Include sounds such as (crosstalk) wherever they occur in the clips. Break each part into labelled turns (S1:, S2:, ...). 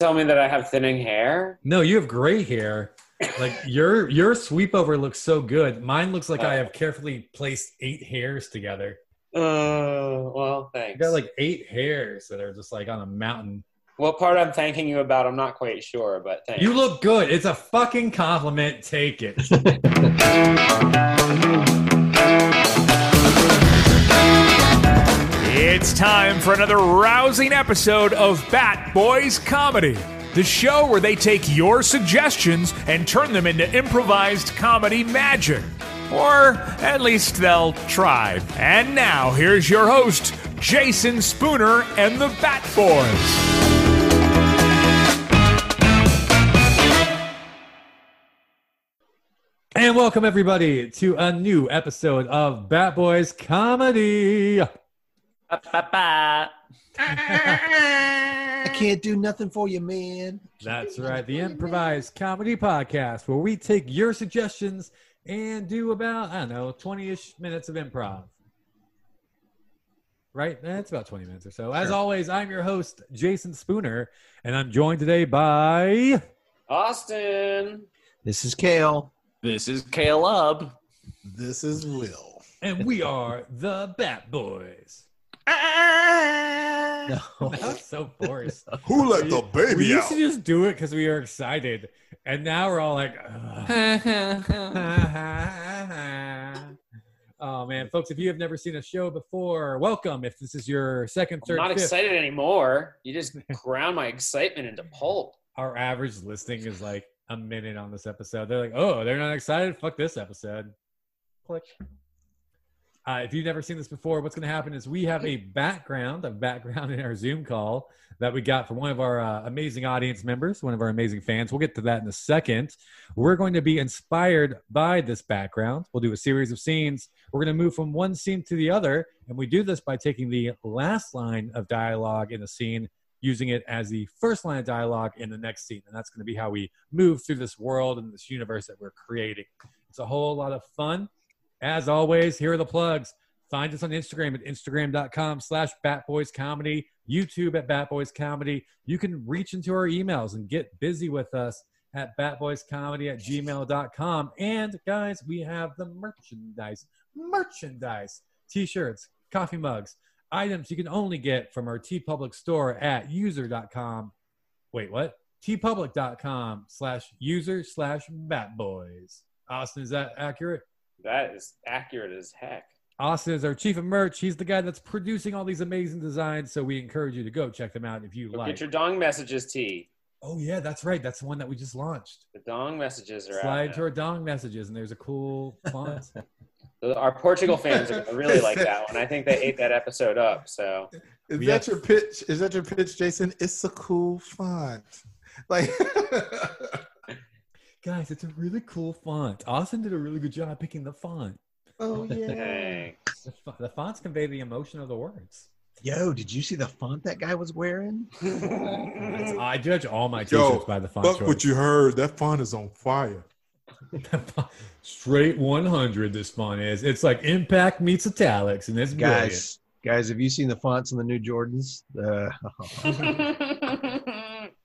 S1: tell me that I have thinning hair?
S2: No, you have great hair. Like your your sweep over looks so good. Mine looks like I have carefully placed eight hairs together.
S1: Uh, well,
S2: I
S1: thanks.
S2: got like eight hairs that are just like on a mountain.
S1: what part I'm thanking you about, I'm not quite sure, but thanks.
S2: You look good. It's a fucking compliment. Take it. (laughs)
S3: It's time for another rousing episode of Bat Boys Comedy, the show where they take your suggestions and turn them into improvised comedy magic. Or at least they'll try. And now, here's your host, Jason Spooner and the Bat Boys.
S2: And welcome everybody to a new episode of Bat Boys Comedy.
S4: I can't do nothing for you, man.
S2: That's right, the improvised comedy podcast where we take your suggestions and do about I don't know twenty-ish minutes of improv. Right, that's about twenty minutes or so. As always, I'm your host Jason Spooner, and I'm joined today by
S1: Austin.
S4: This is Kale.
S5: This is Kale Up.
S4: This is Will.
S2: and we are the Bat Boys. (laughs)
S4: No.
S2: That was so forced.
S6: Who let the
S2: we
S6: baby
S2: used to
S6: out?
S2: just do it because we were excited, and now we're all like. "Ugh." (laughs) oh man, folks! If you have never seen a show before, welcome. If this is your second,
S1: I'm
S2: third,
S1: not
S2: fifth,
S1: excited anymore. You
S2: (laughs)
S1: just ground my excitement into pulp.
S2: our average listening is like a minute on this episode. They're like, "Oh, they're not excited. Fuck this episode." Click. Uh, if you've never seen this before, what's going to happen is we have a background, a background in our Zoom call that we got from one of our uh, amazing audience members, one of our amazing fans. We'll get to that in a second. We're going to be inspired by this background. We'll do a series of scenes. We're going to move from one scene to the other, and we do this by taking the last line of dialogue in a scene using it as the first line of dialogue in the next scene. And that's going to be how we move through this world and this universe that we're creating. It's a whole lot of fun. As always, here are the plugs. Find us on Instagram at instagram.com slash batboyscomedy, YouTube at batboyscomedy. You can reach into our emails and get busy with us at batboyscomedy at gmail.com. And guys, we have the merchandise, merchandise, t-shirts, coffee mugs, items you can only get from our T Public store at user.com. Wait, what? tpublic.com slash user slash batboys. Austin, is that accurate?
S1: That is accurate as heck.
S2: Austin is our chief of merch. He's the guy that's producing all these amazing designs. So we encourage you to go check them out if you
S1: Go
S2: like.
S1: Get your dong messages tea.
S2: oh, yeah, that's right. That's the one that we just launched.
S1: The dong messages are
S2: Slide
S1: out.
S2: to our dong messages, and there's a cool
S1: (laughs)
S2: font.
S1: now. Our Portugal fans are gonna really like
S2: (laughs)
S1: that one. I think they ate that episode up. So
S6: Is
S2: We have-
S6: that your pitch? Is that your pitch, Jason? It's a cool font. Like, (laughs)
S2: Guys, it's a really cool font. Austin did a really good job picking the font.
S6: oh yeah.
S1: dang.
S2: The, fo- the fonts convey the emotion of the words.
S4: (laughs) Yo, did you see the font that guy was wearing?
S2: It's- I judge all my
S6: Mm. Yo,
S2: t-shirts by the font
S6: Fuck
S2: choice. (laughs)
S6: what you heard. That font is on fire.
S2: Straight 100. This font is. It's like Impact meets Italics, and it's guys.
S4: Guys, guys, have you seen the fonts on the new Jordans? Uh,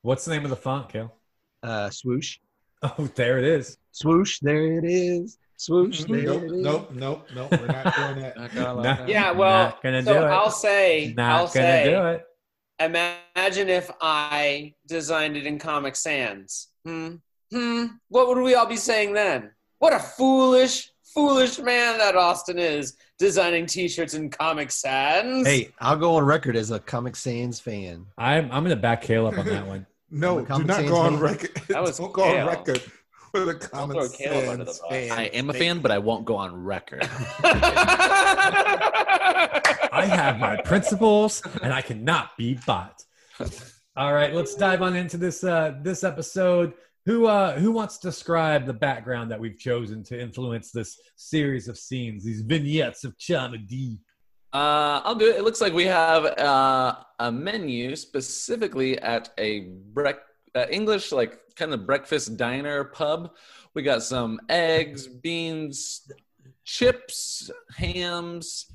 S2: What's the name of the font, Kale? (laughs)
S4: uh, swoosh.
S2: Oh, there it is.
S4: Swoosh, there it is. Swoosh, there
S6: Nope,
S4: it is.
S6: nope, nope, nope. We're not
S4: (laughs)
S6: doing that.
S2: Nah.
S1: (laughs) yeah, well,
S2: Not gonna
S1: so
S2: do it.
S1: I'll say,
S2: Not
S1: I'll
S2: gonna
S1: say,
S2: do it.
S1: Imagine if I designed it in Comic Sans. Hmm. Hmm. What would we all be saying then? What a foolish, foolish man that Austin is, designing T-shirts in Comic Sans. (laughs)
S4: Hey, I'll go on record as a Comic Sans fan.
S2: I'm I'm gonna back Kale up on that one.
S4: I'm
S6: No,
S4: a
S6: do
S4: common
S6: not
S4: sense
S6: go on
S4: man.
S6: record.
S1: That was
S6: (laughs) Don't go on
S1: Kale.
S6: record with a common
S1: throw Caleb under the
S6: sense
S1: bus.
S6: fan.
S5: I am a fan, but I won't go on record.
S2: I have my principles, and I cannot be bought. All right, let's dive on into this uh, this episode. Who uh, who wants to describe the background that we've chosen to influence this series of scenes, these vignettes of comedy?
S5: Uh, I'll do it. It looks like we have uh, a menu specifically at a brec- uh, English, like kind of breakfast diner pub. We got some eggs, beans, chips, hams,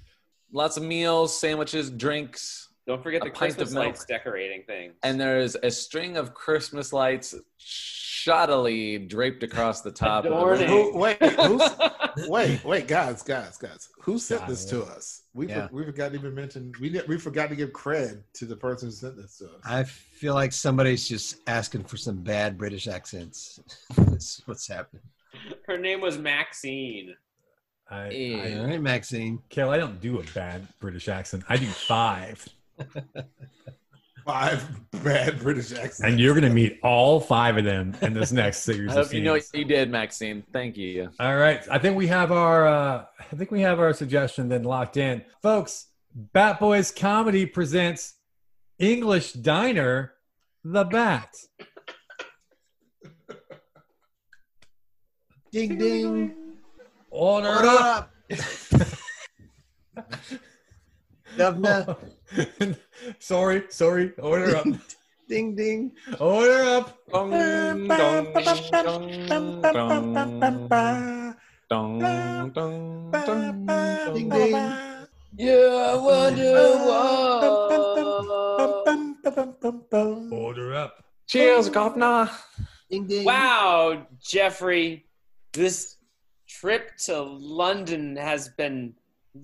S5: lots of meals, sandwiches, drinks,
S1: Don't forget
S5: A
S1: the
S5: pint of
S1: Christmas
S5: milk.
S1: lights decorating thing. (laughs)
S5: and there's a string of Christmas lights shoddily draped across the top. Of the
S1: Adorning.
S5: room.
S6: Who, wait,
S1: (laughs)
S6: who's, wait, wait, guys, guys, guys. Who sent
S2: God,
S6: this to us? We
S4: Yeah.
S6: for, we forgot to even mention. We did, we forgot to give cred to the person who sent this to us.
S4: I feel like somebody's just asking for some bad British accents. (laughs) That's what's happening.
S1: Her name was Maxine.
S2: I,
S5: Yeah.
S4: All
S2: I,
S4: right, Maxine.
S2: Kale, I don't do a bad British accent. I do five.
S6: Five bad British accents.
S2: And you're going to meet all five of them in this next series.
S5: (laughs) I
S2: of
S5: hope you know
S2: scenes.
S5: what you did, Maxine. Thank you.
S2: All right. I think we have our uh, I think we have our suggestion then locked in. Folks, Bat Boys Comedy presents English Diner The Bat.
S4: Ding ding.
S2: Order
S4: What
S2: up.
S4: up? Governor.
S2: (laughs) sorry, sorry. Order up.
S4: Ding ding.
S2: Order up.
S5: Dong, dong, dong, dong, dong, dong, dong,
S4: Ding
S5: dong.
S4: ding.
S1: Yeah, I
S2: Order up.
S5: Cheers, governor.
S4: Ding ding.
S1: Wow, Jeffrey, this trip to London has been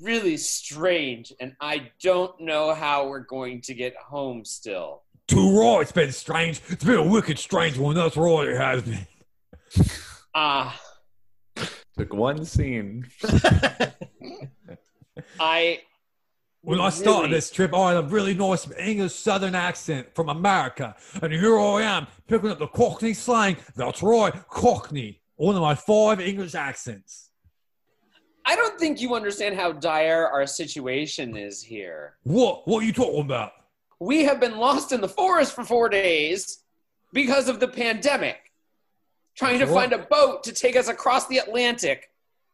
S1: really strange, and I don't know how we're going to get home still.
S2: Too raw. It's been strange. It's been a wicked strange one. That's raw it has been.
S1: Ah.
S5: Took one scene.
S1: I
S2: When I started
S1: Really?
S2: this trip, I had a really nice English Southern accent from America, and here I am picking up the Cockney slang. That's right, Cockney, one of my five English accents.
S1: I don't think you understand how dire our situation is here.
S2: What? What are you talking about?
S1: We have been lost in the forest for 4 days because of the pandemic. Trying to
S2: What?
S1: find a boat to take us across the Atlantic.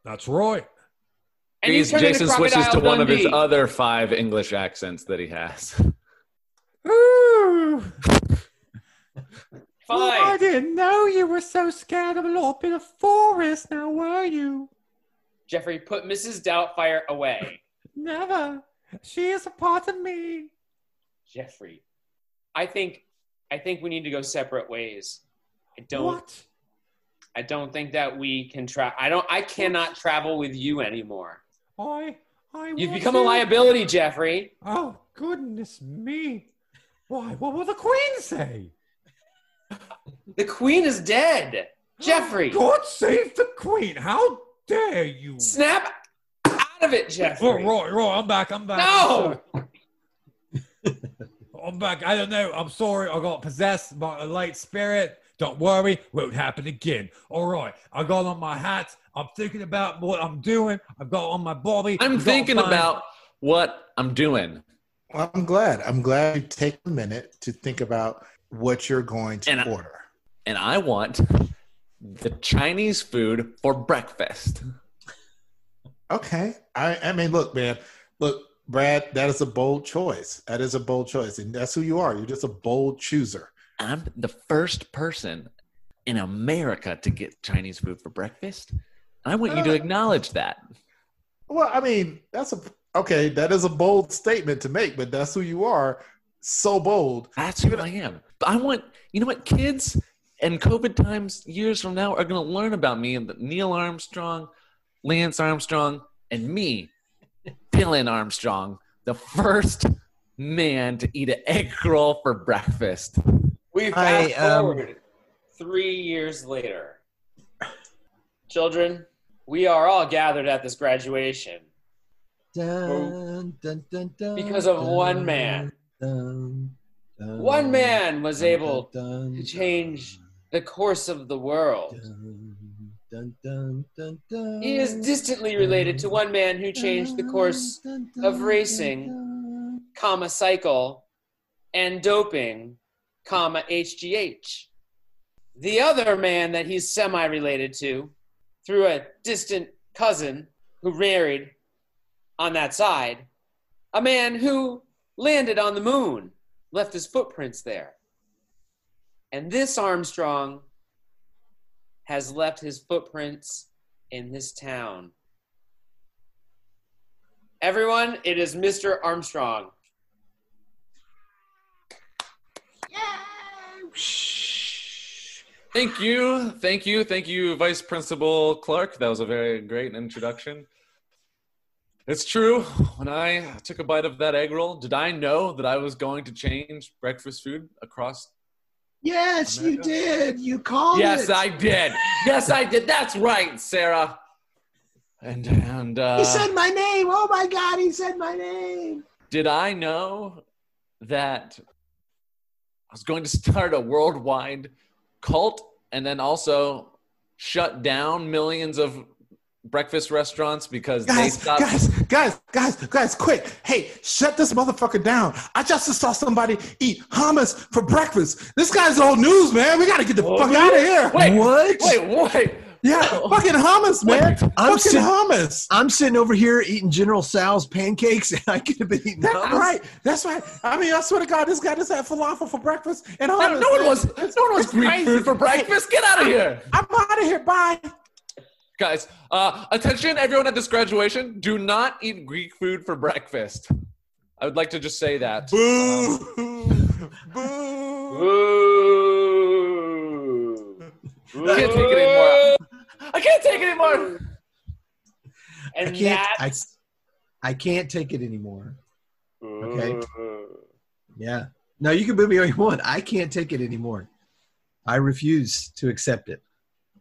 S2: That's right.
S1: And you
S5: Jeez,
S1: turn into
S5: Jason switches to
S1: Crocodile
S5: one of his
S1: Dundee.
S5: other five English accents that he has.
S1: Fine.
S2: didn't know you were so scared of a little bit of forest. Now were you?
S1: Jeffrey, put Mrs. Doubtfire away.
S2: Never. She is a part of me.
S1: Jeffrey, I think I think we need to go separate ways. I don't I don't think that we can travel. I don't I cannot travel with you anymore.
S2: I. I.
S1: You've become a liability, Jeffrey.
S2: Oh, goodness me. Why? What will the Queen say?
S1: The Queen is dead. Jeffrey,
S2: God save the Queen. How dare you?
S1: snap out of it,
S2: Oh,
S1: Jeffrey.
S2: Roy, Roy, I'm back. I'm back.
S1: No!
S2: I'm back. I don't know. I'm sorry. I got possessed by a light spirit. Don't worry. Won't happen again. All right. I got on my hat. I'm thinking about what I'm doing. I've got on my body.
S5: (laughs) I'm
S2: I've got
S5: thinking
S2: mine.
S5: about what I'm doing,
S6: Well, I'm glad. I'm glad you take a minute to think about what you're going to
S5: And I-
S6: order.
S5: and I want the Chinese food for breakfast.
S6: Okay. I, I mean, look, man, look, Brad, that is a bold choice. That is a bold choice. And that's who you are. You're just a bold chooser.
S5: I'm the first person in America to get Chinese food for breakfast. I want
S1: Oh.
S5: you to acknowledge that.
S6: Well, I mean, that's a, okay, that is a bold statement to make, but that's who you are. So bold.
S5: That's who I am. But I want, you know what, kids and COVID times years from now are going to learn about me and that Neil Armstrong, Lance Armstrong, and me, Dylan Armstrong, the first man to eat an egg roll for breakfast.
S1: We
S4: I,
S1: fast
S4: um,
S1: forward three years later. Children, we are all gathered at this graduation
S4: Dun, dun, dun, dun,
S1: because of one man.
S4: dun, dun,
S1: One man was
S4: dun,
S1: able
S4: dun,
S1: to
S4: dun,
S1: change the course of the world.
S4: dun, dun, dun, dun, dun.
S1: He is distantly related to one man who changed the course,
S4: Dun,
S1: of racing.
S4: dun.
S1: comma, cycle, and doping, comma, HGH. The other man that he's semi related to, through a distant cousin who married on that side, a man who landed on the moon, left his footprints there. And this Armstrong has left his footprints in this town. Everyone, it is Mr. Armstrong.
S5: Thank you. Thank you. Thank you, Vice Principal Clark. That was a very great introduction. It's true. When I took a bite of that egg roll, did I know that I was going to change breakfast food across?
S4: Yes, you did. You called
S5: Yes,
S4: it.
S5: I did. Yes, I did. That's right, Sarah. And and uh,
S4: He said my name. Oh my God, he said my name.
S5: did I know that I was going to start a worldwide cult and then also shut down millions of breakfast restaurants because they
S6: Guys,
S5: stopped?
S6: guys, guys, guys, guys, quick. Hey, shut this motherfucker down. I just saw somebody eat hummus for breakfast. This guy's old news, man. We got to get the fuck out of here.
S5: Wait,
S4: What?
S5: wait, wait.
S6: Yeah, fucking hummus, man.
S4: I'm
S6: fucking
S4: sit-
S6: hummus.
S4: I'm sitting over here eating General Sal's pancakes, and I could have been eating
S6: That's
S4: hummus.
S6: right. That's right. I mean, I swear to God, this guy just had falafel for breakfast and
S5: No,
S6: hummus.
S5: no one
S6: man.
S5: was no one was
S6: It's
S5: Greek
S6: crazy.
S5: food for breakfast. Get out of here.
S6: I'm out of here. Bye.
S5: Guys, uh, attention everyone at this graduation, do not eat Greek food for breakfast. I would like to just say that.
S6: Boo. Boo.
S1: Ooh.
S5: I can't take it anymore. I can't take it anymore.
S4: I
S1: And
S4: can't. I,
S1: that's
S4: I can't take it anymore. okay.
S1: Ooh.
S4: Yeah. No, you can boo me all you want. I can't take it anymore. I refuse to accept it.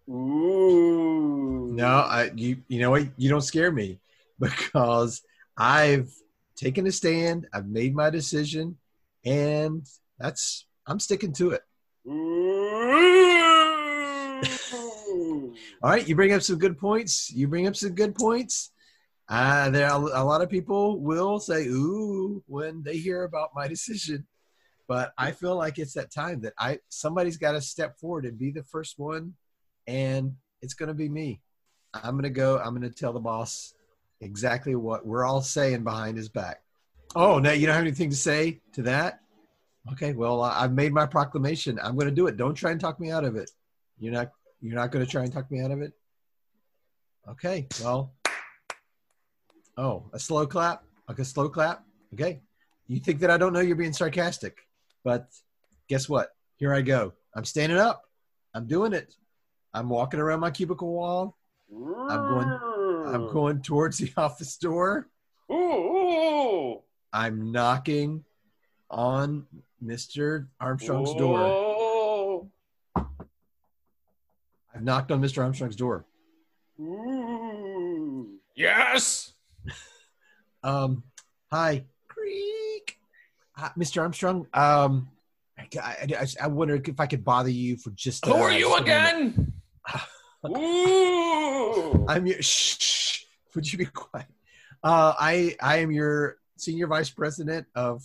S1: Ooh.
S4: No, I you you know what? You don't scare me (laughs) because I've taken a stand. I've made my decision, and that's I'm sticking to it.
S1: Ooh.
S4: All right, you bring up some good points. You bring up some good points. Uh, there are a lot of people will say "ooh" when they hear about my decision, but I feel like it's that time that I somebody's got to step forward and be the first one, and it's going to be me. I'm going to go. I'm going to tell the boss exactly what we're all saying behind his back. Oh, now you don't have anything to say to that? Okay, well I- I've made my proclamation. I'm going to do it. Don't try and talk me out of it. You're not you're not going to try and talk me out of it? Okay, well. Oh, a slow clap? Like a slow clap? Okay. You think that I don't know you're being sarcastic, but guess what? Here I go. I'm standing up. I'm doing it. I'm walking around my cubicle wall.
S1: going.
S4: I'm going towards the (laughs) office door.
S1: Ooh, ooh.
S4: I'm knocking on Mr. Armstrong's door.
S1: Whoa.
S4: I've knocked on Mr. Armstrong's door.
S1: Ooh.
S5: Yes.
S4: Um, hi, Creek, Hi, Mr. Armstrong. Um, I, I, I, I wonder if I could bother you for just.
S5: Who
S4: uh,
S5: are you
S4: just a moment.
S5: again?
S1: Ooh.
S4: I'm your. Shh, shh, would you be quiet? Uh, I I am your senior vice president of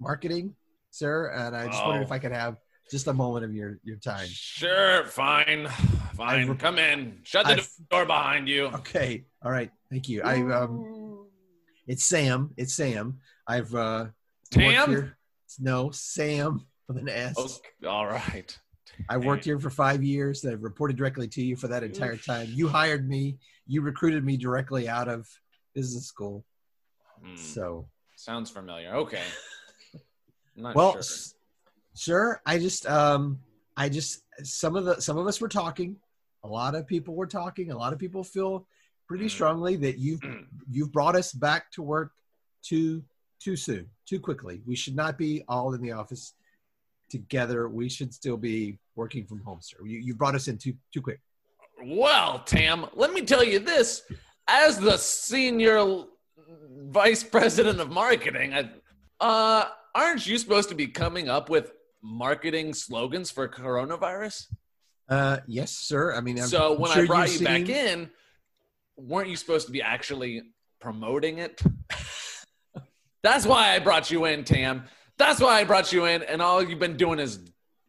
S4: marketing, sir, and I just wondered
S5: Oh.
S4: if I could have just a moment of your your time.
S5: Sure, fine. Fine.
S4: I've-
S5: Come in. Shut the
S4: I've-
S5: door behind you.
S4: Okay, all right, thank you. I um, it's Sam. It's Sam. I've uh, worked
S5: Tam?
S4: here- No, Sam with an S.
S5: Okay, All right.
S4: I worked here for five years. I reported directly to you for that entire time. You hired me. You recruited me directly out of business school.
S5: Hmm,
S4: So,
S5: Sounds familiar. Okay. I'm not
S4: well,
S5: sure.
S4: s- sir, I just, um, I just, some of the, some of us were talking. A lot of people were talking. A lot of people feel pretty
S5: Mm.
S4: strongly that
S5: (clears throat)
S4: you've,
S5: Mm.
S4: you've brought us back to work too, too soon, too quickly. We should not be all in the office together. We should still be working from home, sir. You, you brought us in too, too quick.
S5: Well, Tam, let me tell you this. As the senior l- vice president of marketing, I, uh, aren't you supposed to be coming up with marketing slogans for coronavirus?
S4: Uh, yes, sir. I mean, I'm,
S5: so
S4: I'm
S5: when
S4: sure
S5: I brought you
S4: you've
S5: back
S4: seen-
S5: in, weren't you supposed to be actually promoting it? (laughs) That's why I brought you in, Tam. That's why I brought you in, and all you've been doing is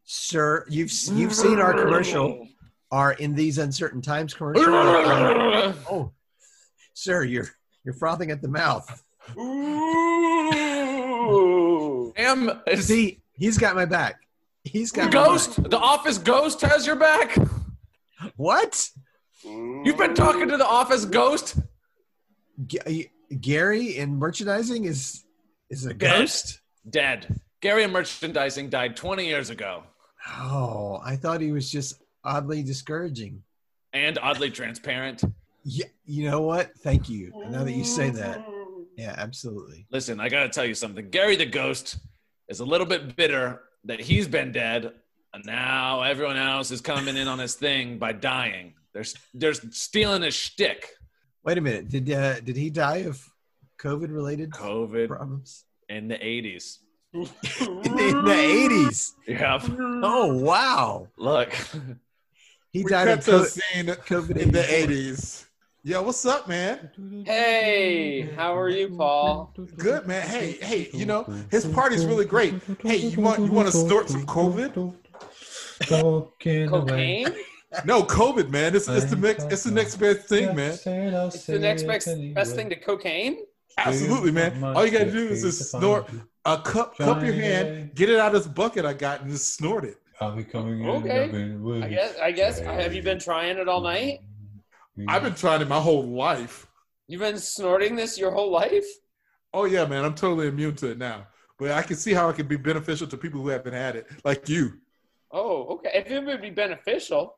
S4: sir, you've you've seen our commercial, our in these uncertain times commercial. oh, sir, you're you're frothing at the mouth.
S1: Ooh.
S5: Tam is
S4: See, he's got my back. He's got my
S5: Ghost, the office ghost has your back.
S4: back. What?
S5: You've been talking to the office ghost.
S4: G- Gary in merchandising is is a ghost.
S5: Dead. Gary and merchandising died 20 years ago.
S4: Oh, I thought he was just oddly discouraging.
S5: and oddly transparent.
S4: Yeah, you know what? Thank you. Now that you say that, yeah, absolutely.
S5: Listen, I gotta tell you something. Gary the Ghost is a little bit bitter that he's been dead, and now everyone else is coming in on his thing by dying. They're they're stealing his shtick.
S4: Wait a minute. Did uh, did he die of COVID related
S5: COVID
S4: problems
S5: in the '80s.
S4: in the, in the 80s?
S5: Yeah,
S4: Oh wow,
S5: look,
S4: he
S6: we
S4: died
S6: cut
S4: of
S6: to a
S4: COVID.
S6: scene
S4: COVID
S6: in the eighties. Yo, what's up, man?
S1: Hey, how are you, Paul?
S6: Good, man. Hey, hey, you know his party's really great. Hey, you want you want to snort some COVID?
S2: Cocaine.
S1: Cocaine?
S6: No, COVID, man. It's, it's the next it's the next best thing, man.
S1: It's the next best, best thing to cocaine?
S6: Absolutely, man. All you gotta do is just snort a cup, cup your hand, get it out of this bucket I got, and just snort it.
S2: I'll be coming in.
S1: Okay.
S2: I've been with
S1: I guess. I guess. Have you been trying it all night?
S2: you.
S6: I've been trying it my whole life.
S1: You've been snorting this your whole life?
S6: Oh yeah, man. I'm totally immune to it now, but I can see how it can be beneficial to people who haven't had it, like you.
S1: Oh, okay. If it would be beneficial.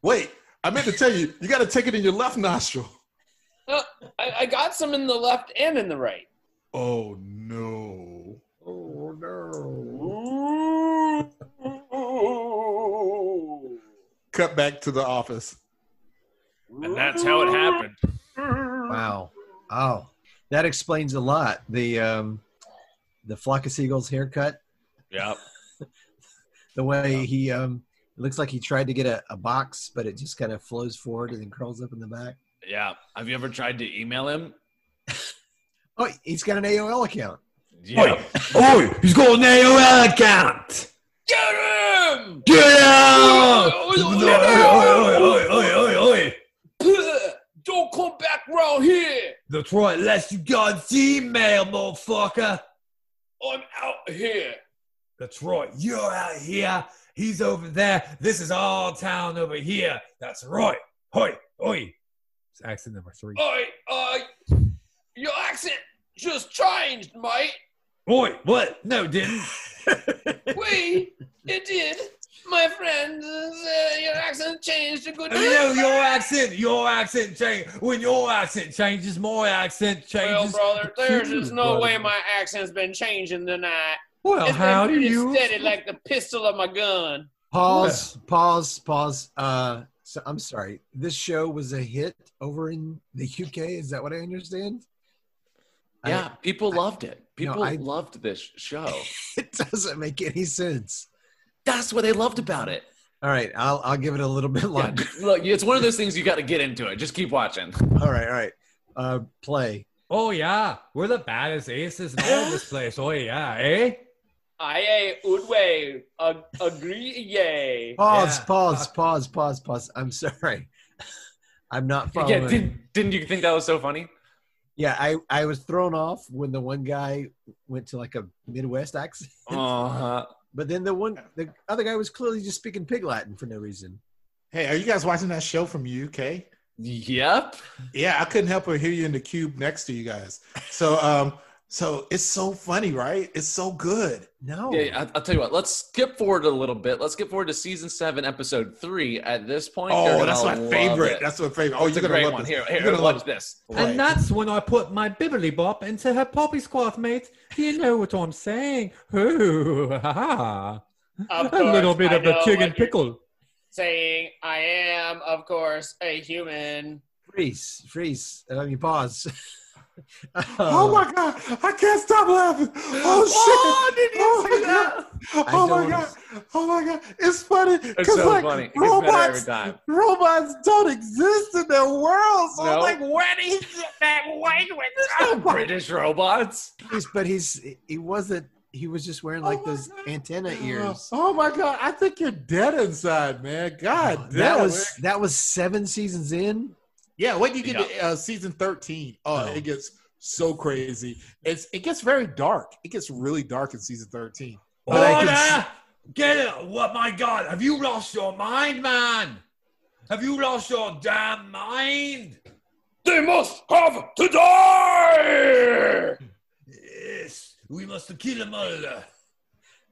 S6: Wait, I meant to tell you, you got to take it in your left nostril.
S1: Uh, I, I got some in the left and in the right.
S6: Oh no.
S4: Oh no.
S1: Ooh.
S6: Cut back to the office.
S5: and that's how it happened.
S4: Wow. Oh, that explains a lot. The um, the flock of seagulls haircut,
S5: Yeah,
S4: the way he um, it looks like he tried to get a, a box, but it just kind of flows forward and then curls up in the back.
S5: yeah. Have you ever tried to email him?
S4: Oh, he's got an AOL account.
S5: Yeah.
S3: Oi, he's got an AOL account.
S1: Get him!
S3: Get out!
S1: Oi,
S3: oi, oi, oi, oi.
S1: Don't come back round here.
S3: That's right, less you got email, motherfucker.
S1: I'm out here.
S3: That's right, you're out here. He's over there. This is all town over here. That's right. Oi, oi.
S2: It's accent number three.
S1: I, uh, your accent just changed, mate.
S3: Oi, what? No, didn't.
S1: (laughs) We, it did. My friend, uh, your accent changed a good
S2: Oh,
S3: You know, your accent, your accent change. When your accent changes, my accent
S1: Well,
S3: changes.
S1: brother, there's just no
S2: brother.
S1: way my accent's been changing tonight.
S2: Well,
S1: It's
S2: Oh, how
S1: been
S2: do
S1: pretty
S2: you?
S1: steady like the pistol of my gun.
S4: Pause. Pause. Pause. Uh, so I'm sorry. This show was a hit over in the UK. Is that what I understand? I-
S5: Yeah, people loved it.
S4: No,
S5: People
S4: I-
S5: loved this show.
S4: (laughs) it doesn't make any sense.
S5: That's what they loved about it.
S4: All right, I'll I'll give it a little (laughs) bit
S5: Yeah,
S4: longer.
S5: look, it's one of those things you got to get into it. Just keep watching.
S4: All right, all right. Uh, play.
S2: Oh yeah, we're the baddest aces in all
S1: (gasps)
S2: this place. Oh yeah, eh?
S1: Aye, aye, Udway, ag- agree,
S4: (laughs)
S1: yay.
S4: Pause,
S2: Yeah.
S4: pause, pause, pause, pause. I'm sorry. (laughs) I'm not
S6: Oh,
S4: following.
S5: Yeah,
S4: Yeah,
S5: didn't, didn't you think that was so funny?
S4: I, I was thrown off when the one guy went to like a Midwest accent.
S5: Uh-huh.
S4: But then the one the other guy was clearly just speaking pig Latin for no reason.
S6: Hey, are you guys watching that show from UK?
S5: Yep.
S6: Yeah, I couldn't help but hear you in the cube next to you guys. So, um, so it's so funny, right? It's so good.
S4: No.
S5: Yeah, yeah, I'll, I'll tell you what. Let's skip forward a little bit. Let's skip forward to season seven, episode three. At this point,
S6: Oh,
S5: you're
S6: that's my
S5: gonna love
S6: favorite.
S5: it.
S6: That's my favorite. Oh,
S5: It's
S6: you're
S5: a
S6: gonna
S5: great
S6: love
S5: one.
S6: this.
S5: Here,
S6: You're
S5: here,
S6: gonna love
S5: watch this.
S6: Right.
S2: And that's when I put my bibbly bop into her poppy squat, mate. Do you know what I'm saying? Ooh, ha ha.
S1: Of
S2: a little
S1: course,
S2: bit
S1: I
S2: of a
S1: know
S2: chicken
S1: what you're
S2: pickle.
S1: Saying, I am, of course, a human.
S4: Freeze, freeze. I mean, pause. (laughs)
S6: Oh my god, I can't stop laughing. Oh shit. Oh, my god.
S4: I
S6: Oh my
S4: don't-
S6: god. Oh my god. It's funny.
S5: It's
S6: Because
S5: so
S6: like
S5: funny. It gets better every
S6: robots
S5: time.
S6: robots don't exist in their Oh world. So
S5: No.
S6: I'm like, where do you
S5: (laughs)
S6: Ah,
S5: There's no British robots.
S4: Freeze, but he's he wasn't he was just wearing like
S6: Oh my
S4: those
S6: God.
S4: antenna ears.
S6: Oh my god. I think you're dead inside, man. God damn.
S4: that was
S6: man.
S4: that was seven seasons in.
S6: Yeah, when you get to uh, season 13, oh,
S4: Oh.
S6: it gets so crazy. It's it gets very dark. It gets really dark in season 13.
S4: But I
S3: Order!
S4: can
S3: Get it! What my God? Have you lost your mind, man? Have you lost your damn mind?
S1: They must have to die!
S3: Yes, we must kill them all.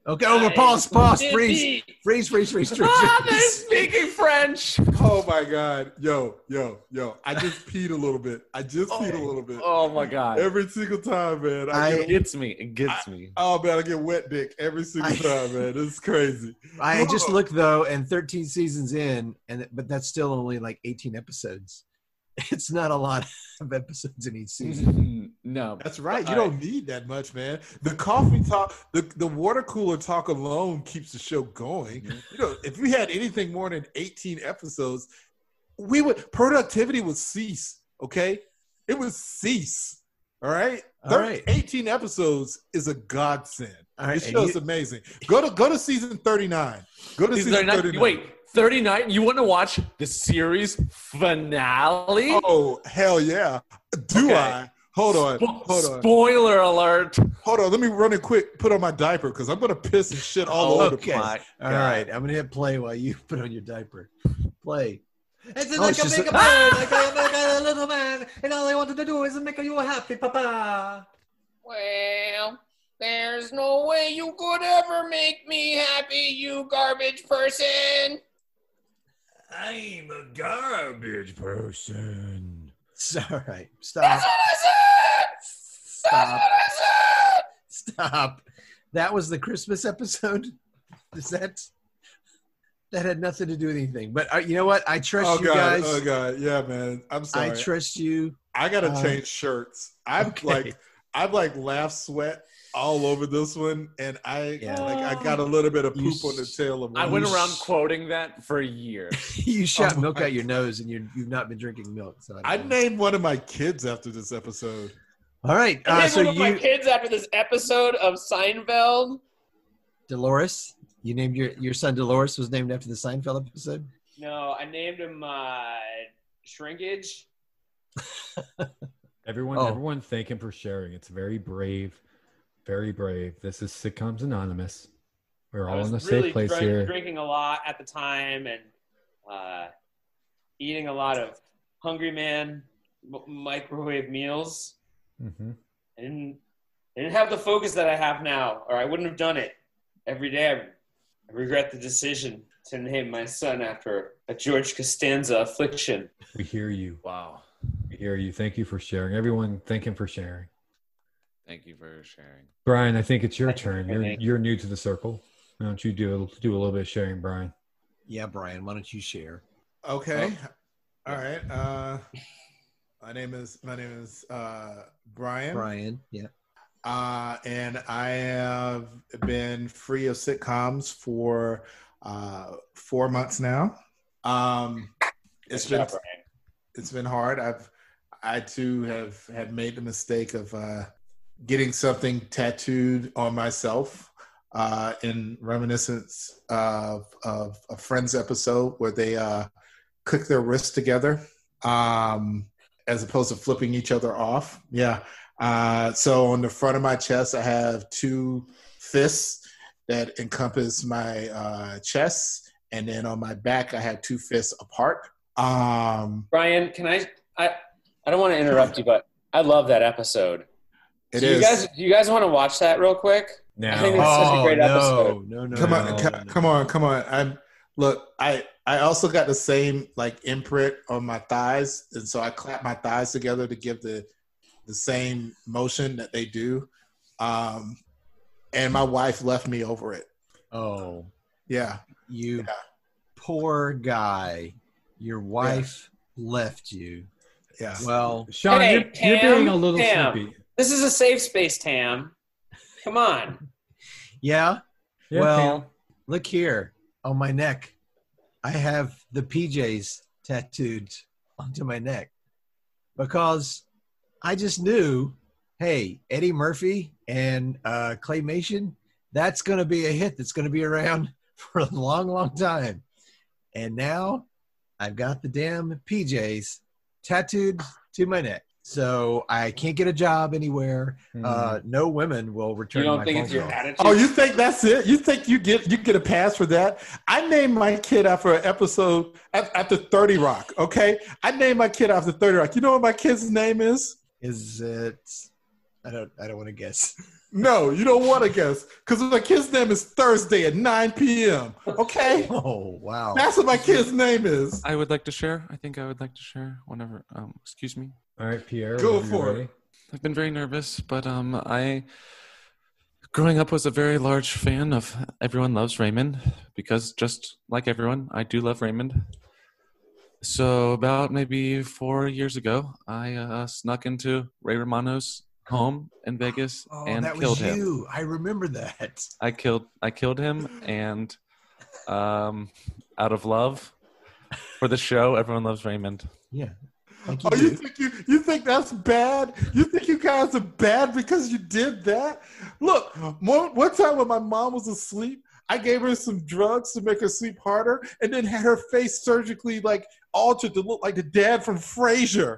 S4: Okay, over. Pause. Pause. Freeze. Freeze. Freeze.
S7: (laughs)
S4: Freeze. freeze, (laughs)
S5: Ah, they're
S4: freeze.
S5: speaking French.
S6: Oh my God. Yo, yo, yo. I just peed a little bit. I just peed a little bit.
S5: Oh my god,
S6: Every single time, man. I,
S4: I-
S6: get,
S5: it gets me. It gets me.
S6: oh man, I get wet dick every single
S4: I-
S6: time, man. This is crazy.
S4: I just looked though, and 13 seasons in, and but that's still only like 18 episodes. (laughs) It's not a lot of episodes in each season.
S5: no,
S6: That's right. You
S5: I-
S6: don't need that much, man. The coffee talk, the, the water cooler talk alone keeps the show going.
S4: Mm-hmm.
S6: You know, if we had anything more than 18 episodes, we would productivity would cease. Okay. It would cease. All right.
S4: All right.
S6: 18 episodes is a godsend.
S4: All right,
S6: This
S4: and
S6: show's
S4: you-
S6: amazing. Go to go to season 39. Go to
S5: These
S6: season
S5: are
S6: 39.
S5: not- wait, 39? You want to watch the series finale?
S6: Oh, hell yeah. Do
S5: Okay.
S6: I? Hold on.
S5: Spo-
S6: Hold on.
S5: Spoiler alert.
S6: Hold on, let me run it quick. Put on my diaper because I'm gonna piss and shit all over
S4: okay.
S6: the place.
S4: All right, I'm gonna hit play while you (laughs) put on your diaper. Play.
S7: It's
S4: Oh,
S7: like
S4: it's
S7: a
S4: just
S7: big (laughs)
S4: a-
S7: man, like a, like a little man, and all I wanted to do is make you happy, Papa.
S1: (laughs) Well, there's no way you could ever make me happy, you garbage person.
S3: I'm a garbage person.
S4: It's all right.
S1: That's
S4: Stop.
S1: what I said. That's
S4: Stop.
S1: what I said.
S4: Stop. That was the Christmas episode. (laughs) Is that? That had nothing to do with anything. But uh, you know what? I trust
S6: Oh
S4: you
S6: god,
S4: guys.
S6: oh god, yeah, man. I'm
S4: I
S6: sorry. I,
S4: trust you.
S6: gotta
S4: uh,
S6: change shirts. I'm
S4: okay.
S6: like, I'm like laugh sweat all over this one, and I
S4: Yeah.
S6: like I got a little bit of
S4: You
S6: poop on the
S4: s-
S6: tail of.
S5: I
S6: one.
S5: went around quoting that for
S4: (laughs)
S5: years.
S4: you shot
S6: Oh,
S4: milk
S6: my-
S4: out your nose, and you you've not been drinking milk. So I
S6: I
S4: don't know.
S6: named one of my kids after this episode.
S4: All right.
S1: I
S4: Uh,
S1: named
S4: so
S1: one of my
S4: you,
S1: kids after this episode of Seinfeld.
S4: Dolores. You named your your son Dolores was named after the Seinfeld episode.
S1: No, I named him uh, Shrinkage.
S2: Everyone,
S4: Oh.
S2: everyone, thank him for sharing. It's very brave, very brave. This is Sitcoms Anonymous. We're
S1: I
S2: all
S1: was
S2: in a
S1: really
S2: safe place
S1: drunk-
S2: here.
S1: Drinking a lot at the time and uh, eating a lot of Hungry Man m- microwave meals.
S2: Mhm.
S1: I didn't, I didn't have the focus that I have now, or I wouldn't have done it. Every day, I I regret the decision to name my son after a George Costanza affliction.
S2: We hear you.
S5: Wow.
S2: We hear you. Thank you for sharing. Everyone, thank him for sharing.
S5: Thank you for sharing.
S2: Brian, I think it's your turn. You're
S1: Thank
S2: you're new to the circle. Why don't you do a- do a little bit of sharing, Brian?
S4: Yeah, Brian. Why don't you share?
S6: Okay.
S4: Oh.
S6: All right. Uh, my name is my name is uh,
S4: Brian. Yeah.
S6: Uh, and I have been free of sitcoms for uh, four months now. Um, it's
S1: Good
S6: been
S1: job, Brian.
S6: it's been hard. I've I too have have made the mistake of uh, getting something tattooed on myself uh, in reminiscence of, of a Friends episode where they uh, click their wrists together um, as opposed to flipping each other off. Yeah. Uh, so on the front of my chest, I have two fists that encompass my uh, chest, and then on my back, I have two fists apart. Um,
S1: Brian, can I? I I don't want to interrupt you, but I love that episode.
S6: It
S1: do
S6: is.
S1: you guys do you guys want to watch that real quick?
S2: Now,
S1: I think it's such a great
S4: no,
S1: episode.
S4: No, no,
S6: Oh, come
S4: no,
S6: on,
S4: no,
S6: co-
S4: no, no.
S6: come on, come on. I'm look. I I also got the same like imprint on my thighs, and so I clap my thighs together to give the the same motion that they do. Um, and my wife left me over it.
S4: Oh,
S6: Yeah,
S4: you
S6: Yeah.
S4: poor guy. Your wife left you.
S6: yeah.
S4: Well,
S2: Sean,
S1: Hey,
S2: you're, you're
S1: Tam,
S2: being a little
S1: Tam.
S2: sleepy.
S1: This is a safe space, Tam. Come on.
S4: yeah.
S2: Yeah,
S4: well,
S2: Tam.
S4: look here on my neck. I have the PJs tattooed onto my neck because I just knew, hey, Eddie Murphy and uh, Claymation, that's going to be a hit that's going to be around (laughs) for a long, long time. And now I've got the damn PJs tattooed to my neck. So I can't get a job anywhere. Uh, no women will return.
S1: Mm. You don't
S4: my
S1: think
S4: phone
S1: it's your
S4: call.
S1: attitude?
S6: Oh, you think that's it? You think you get you get a pass for that? I named my kid after an episode af- after Thirty Rock. Okay, I named my kid after Thirty Rock. You know what my kid's name is?
S4: Is it? I don't. I don't want to guess. (laughs)
S6: No, you don't want to guess because my kid's name is Thursday at 9 p.m. Okay,
S4: Oh wow!
S6: that's what my kid's name is.
S8: I would like to share. I think I would like to share whenever. Um, excuse me.
S2: Mm-hmm. All right, Pierre.
S6: Go
S2: whenever you're
S6: for it.
S2: ready.
S8: I've been very nervous, but um, I, growing up, was a very large fan of Everyone Loves Raymond because just like everyone, I do love Raymond. So about maybe four years ago, I uh, snuck into Ray Romano's home in Vegas
S4: (gasps) Oh,
S8: and
S4: that
S8: killed
S4: was
S8: him.
S4: you. I remember that.
S8: I killed I killed him and um out of love for the show everyone loves Raymond.
S4: Thank
S6: Oh, you
S4: dude.
S6: think you, you think that's bad? You think you guys are bad because you did that? Look, one, one time when my mom was asleep, I gave her some drugs to make her sleep harder, and then had her face surgically like altered to look like the dad from Frasier.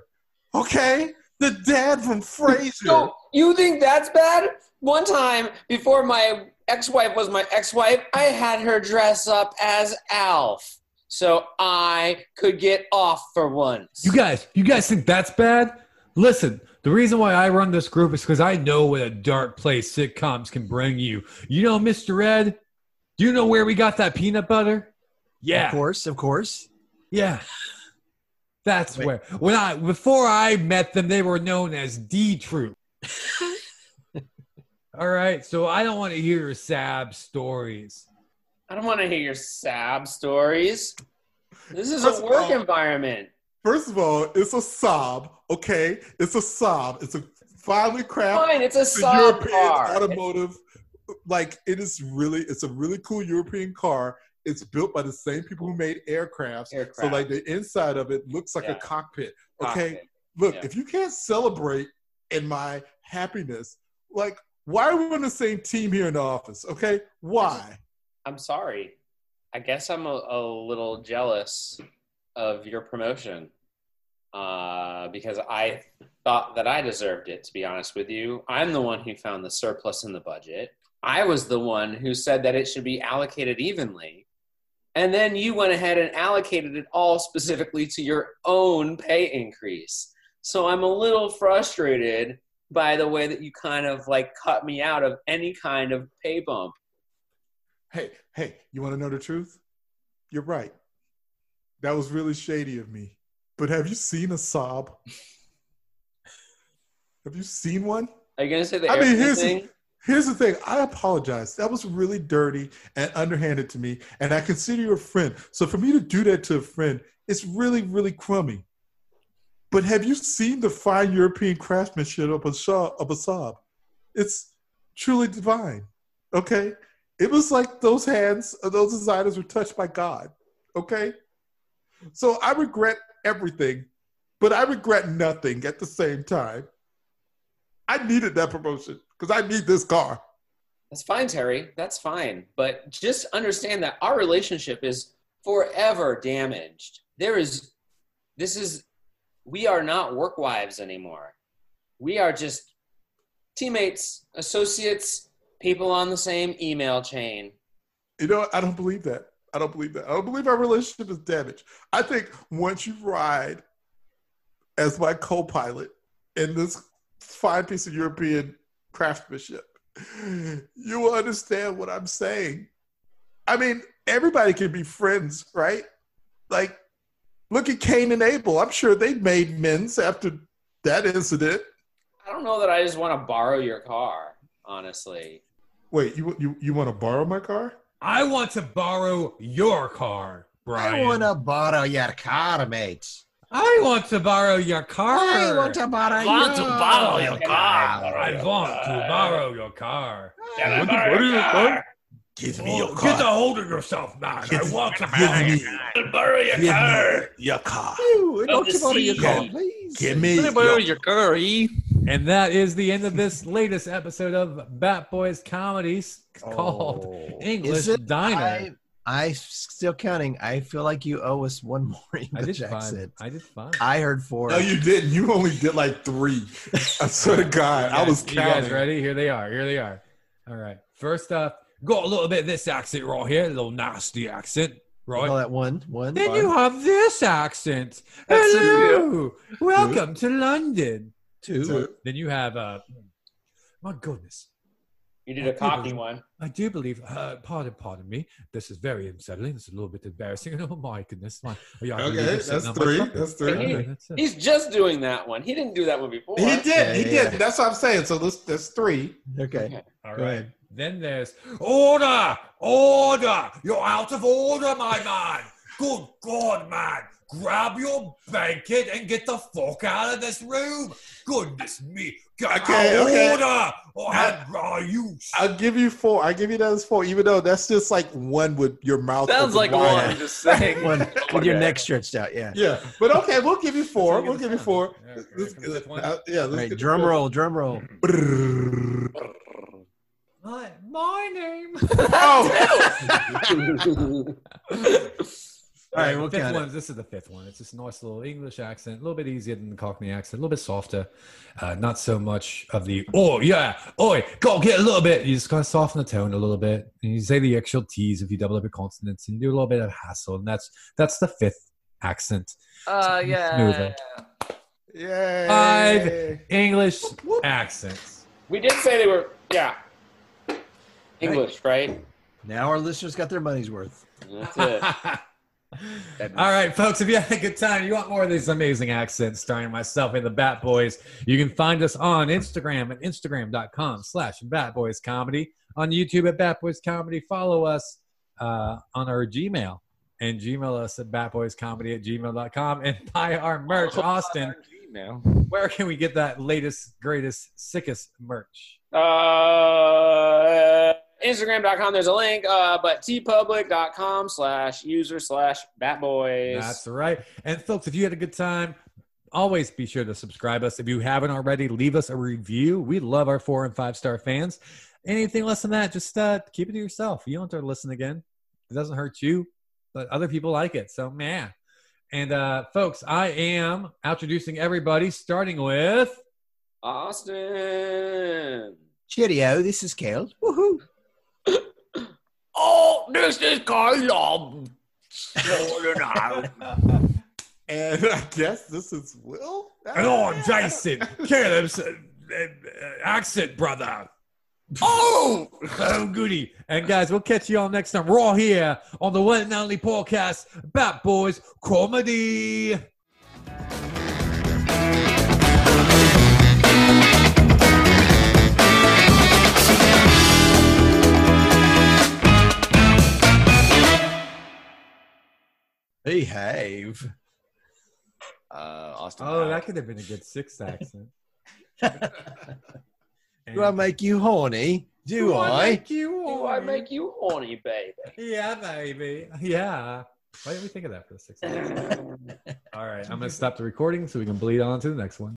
S6: Okay, the dad from Frasier.
S1: So you think that's bad? One time before my ex-wife was my ex-wife, I had her dress up as Alf, so I could get off for once.
S2: You guys, you guys think that's bad? Listen, the reason why I run this group is because I know what a dark place sitcoms can bring you. You know, Mr. Ed, do you know where we got that peanut butter?
S4: Of
S2: Yeah.
S4: course, of course.
S2: Yeah. That's
S4: Wait.
S2: where when I before I met them, they were known as D
S4: (laughs)
S2: Troop. All right, so I don't want to hear your sad stories.
S1: I don't want to hear your sob stories. This is
S6: First
S1: a
S6: of
S1: work
S6: all-
S1: environment.
S6: First of all, it's a sob. Okay, it's a sob. It's a finely crafted.
S1: Fine, Oh, it's a
S6: the
S1: sob
S6: European
S1: bar.
S6: automotive. Like it is really, it's a really cool European car. It's built by the same people who made aircrafts. So
S1: Aircraft.
S6: like the inside of it looks like a
S1: Yeah.
S6: cockpit. Okay,
S1: Cockpit.
S6: look,
S1: Yeah.
S6: if you can't celebrate in my happiness, like why are we on the same team here in the office? Okay, why?
S1: I'm sorry. I guess I'm a, a little jealous of your promotion uh, because I thought that I deserved it, to be honest with you. I'm the one who found the surplus in the budget. I was the one who said that it should be allocated evenly. And then you went ahead and allocated it all specifically to your own pay increase. So I'm a little frustrated by the way that you kind of like cut me out of any kind of pay bump.
S6: Hey, hey, you want to know the truth? You're right. That was really shady of me. But have you seen a sob? have you seen one?
S1: Are you gonna say the
S6: I mean,
S1: airplane
S6: here's the-
S1: thing?
S6: Here's the thing. I apologize. That was really dirty and underhanded to me, and I consider you a friend. So for me to do that to a friend, it's really, really crummy. But have you seen the fine European craftsmanship of a shaw of a sob? It's truly divine. Okay, it was like those hands, of those designers were touched by God. Okay, so I regret everything, but I regret nothing at the same time. I needed that promotion because I need this car.
S1: That's fine, Terry. That's fine. But just understand that our relationship is forever damaged. There is, this is, we are not work wives anymore. We are just teammates, associates, people on the same email chain.
S6: You know, I don't believe that. I don't believe that. I don't believe our relationship is damaged. I think once you ride as my co pilot in this fine piece of European craftsmanship, you will understand what I'm saying. I mean, everybody can be friends, right? Like, look at Cain and Abel. I'm sure they made men's after that incident.
S1: I don't know that I just want to borrow your car, honestly.
S6: Wait, you you, you want to borrow my car?
S2: I want to borrow your car, Brian.
S4: I want to borrow your car, mate.
S2: I want to borrow your car.
S4: I want to borrow.
S7: Want to
S4: your-
S7: borrow your car.
S2: I want to borrow your car.
S6: What, the- what is it, bud?
S9: Give me your
S2: Oh, Get a
S9: car.
S2: hold of yourself, man. I want to
S9: Give
S2: borrow your
S9: me, give me your car.
S4: You, I want
S8: the
S4: to borrow your
S8: sea.
S4: car, please.
S9: Give me
S8: Can I borrow
S9: your
S8: your
S5: E?
S8: curry?
S2: And that is the end of this latest episode of Bat Boys
S4: (laughs)
S2: Comedies called English
S4: Oh. Is it?
S2: Diner.
S4: I,
S2: I,
S4: I still counting. I feel like you owe us one more (laughs)
S2: did
S4: English
S2: fine.
S4: accent.
S2: I did fine.
S4: I heard four.
S6: No, you didn't. You only did like three. I swear to God, I was
S2: You guys
S6: counting.
S2: ready? Here they are. Here they are. All right. First up, got a little bit of this accent right here, a little nasty accent, right?
S4: Call that one. One.
S2: Then
S4: one.
S2: you have this accent.
S1: That's
S2: Hello, welcome to London.
S4: two.
S6: Two.
S2: Then you have, uh, my goodness,
S1: You did a cocky
S6: (laughs)
S1: one.
S2: I do believe. Uh, pardon, pardon me. This is very unsettling. It's a little bit embarrassing. (laughs) Oh my goodness, my. yeah, I believe
S6: Okay,
S2: you're sitting
S6: that's
S2: on my
S6: three,
S2: pocket.
S6: that's three.
S2: Yeah, that's it.
S1: He's just doing that one. He didn't do that one before.
S6: He did. he
S4: Yeah,
S6: did.
S4: yeah.
S6: That's what I'm saying. So that's that's three.
S4: Okay.
S2: All
S4: Go
S2: right.
S4: ahead.
S2: Then there's order, order. You're out of order, my man. Good God, man. Grab your blanket and get the fuck out of this room. Goodness me. Get
S6: Okay,
S2: out
S6: okay.
S2: order. Or how are you?
S6: I'll give you four. I give you that as four, even though that's just like one with your mouth. open
S5: Sounds like
S6: wide.
S5: one. Just saying. (laughs)
S4: One, with your
S5: Okay.
S4: neck stretched out. Yeah.
S6: Yeah, but okay, we'll give you four.
S2: Let's
S6: We'll
S2: take
S6: give
S2: it
S6: you
S2: down.
S6: four.
S2: Yeah, okay,
S6: Let's-
S2: comes this one.
S6: uh, yeah,
S4: All
S6: let's
S4: right.
S6: get-
S4: Drum roll. Drum roll.
S2: My, my name.
S6: (laughs) Oh!
S1: (laughs)
S4: All right, we'll
S2: the fifth
S4: count it.
S2: one, This is the fifth one. It's just a nice little English accent, a little bit easier than the Cockney accent, a little bit softer. Uh, not so much of the oh yeah, oi, go get a little bit. You just kind of soften the tone a little bit, and you say the actual T's if you double up your consonants, and you do a little bit of hassle, and that's that's the fifth accent.
S5: Uh, yeah.
S2: Smoother.
S6: Yay.
S2: Five. English accents.
S1: We did say they were, yeah. English, right?
S4: Now our listeners got their money's worth.
S1: That's
S2: All
S1: it. (laughs)
S2: (laughs) right, folks, if you had a good time, you want more of these amazing accents starring myself and the Bat Boys, you can find us on Instagram at instagram.com slash Bat Boys Comedy, on YouTube at Bat Boys Comedy. Follow us uh, on our Gmail and Gmail us at batboyscomedy at gmail.com and buy our merch.
S1: Oh,
S2: Austin, where can we get that latest, greatest, sickest merch?
S1: Uh, Instagram.com, there's a link, uh, but tpublic.com slash user slash batboys.
S2: That's right. And folks, if you had a good time, always be sure to subscribe us. If you haven't already, leave us a review. We love our four and five star fans. Anything less than that, just uh, keep it to yourself. You don't have to listen again. It doesn't hurt you, but other people like it. So, man. And uh, folks, I am introducing everybody, starting with
S1: Austin.
S4: Cheerio. This is Kale. Woohoo.
S9: Oh, this is kind
S5: (laughs)
S9: of going out.
S6: And I guess this is Will.
S2: and on Jason Caleb's uh, uh, accent brother. Oh, oh, goody. And guys, we'll catch you all next time. We're all here on the one and only podcast, Bat Boys Comedy.
S4: Behave.
S5: Uh, Austin.
S2: Oh,
S5: out.
S2: that could have been a good sixth (laughs) accent.
S4: Do I make you horny? Do, I?
S1: Do I make you horny, baby?
S2: Yeah, baby. Yeah. Why didn't we think of that for the sixth? accent? all right, I'm going to stop the recording so we can bleed on to the next one.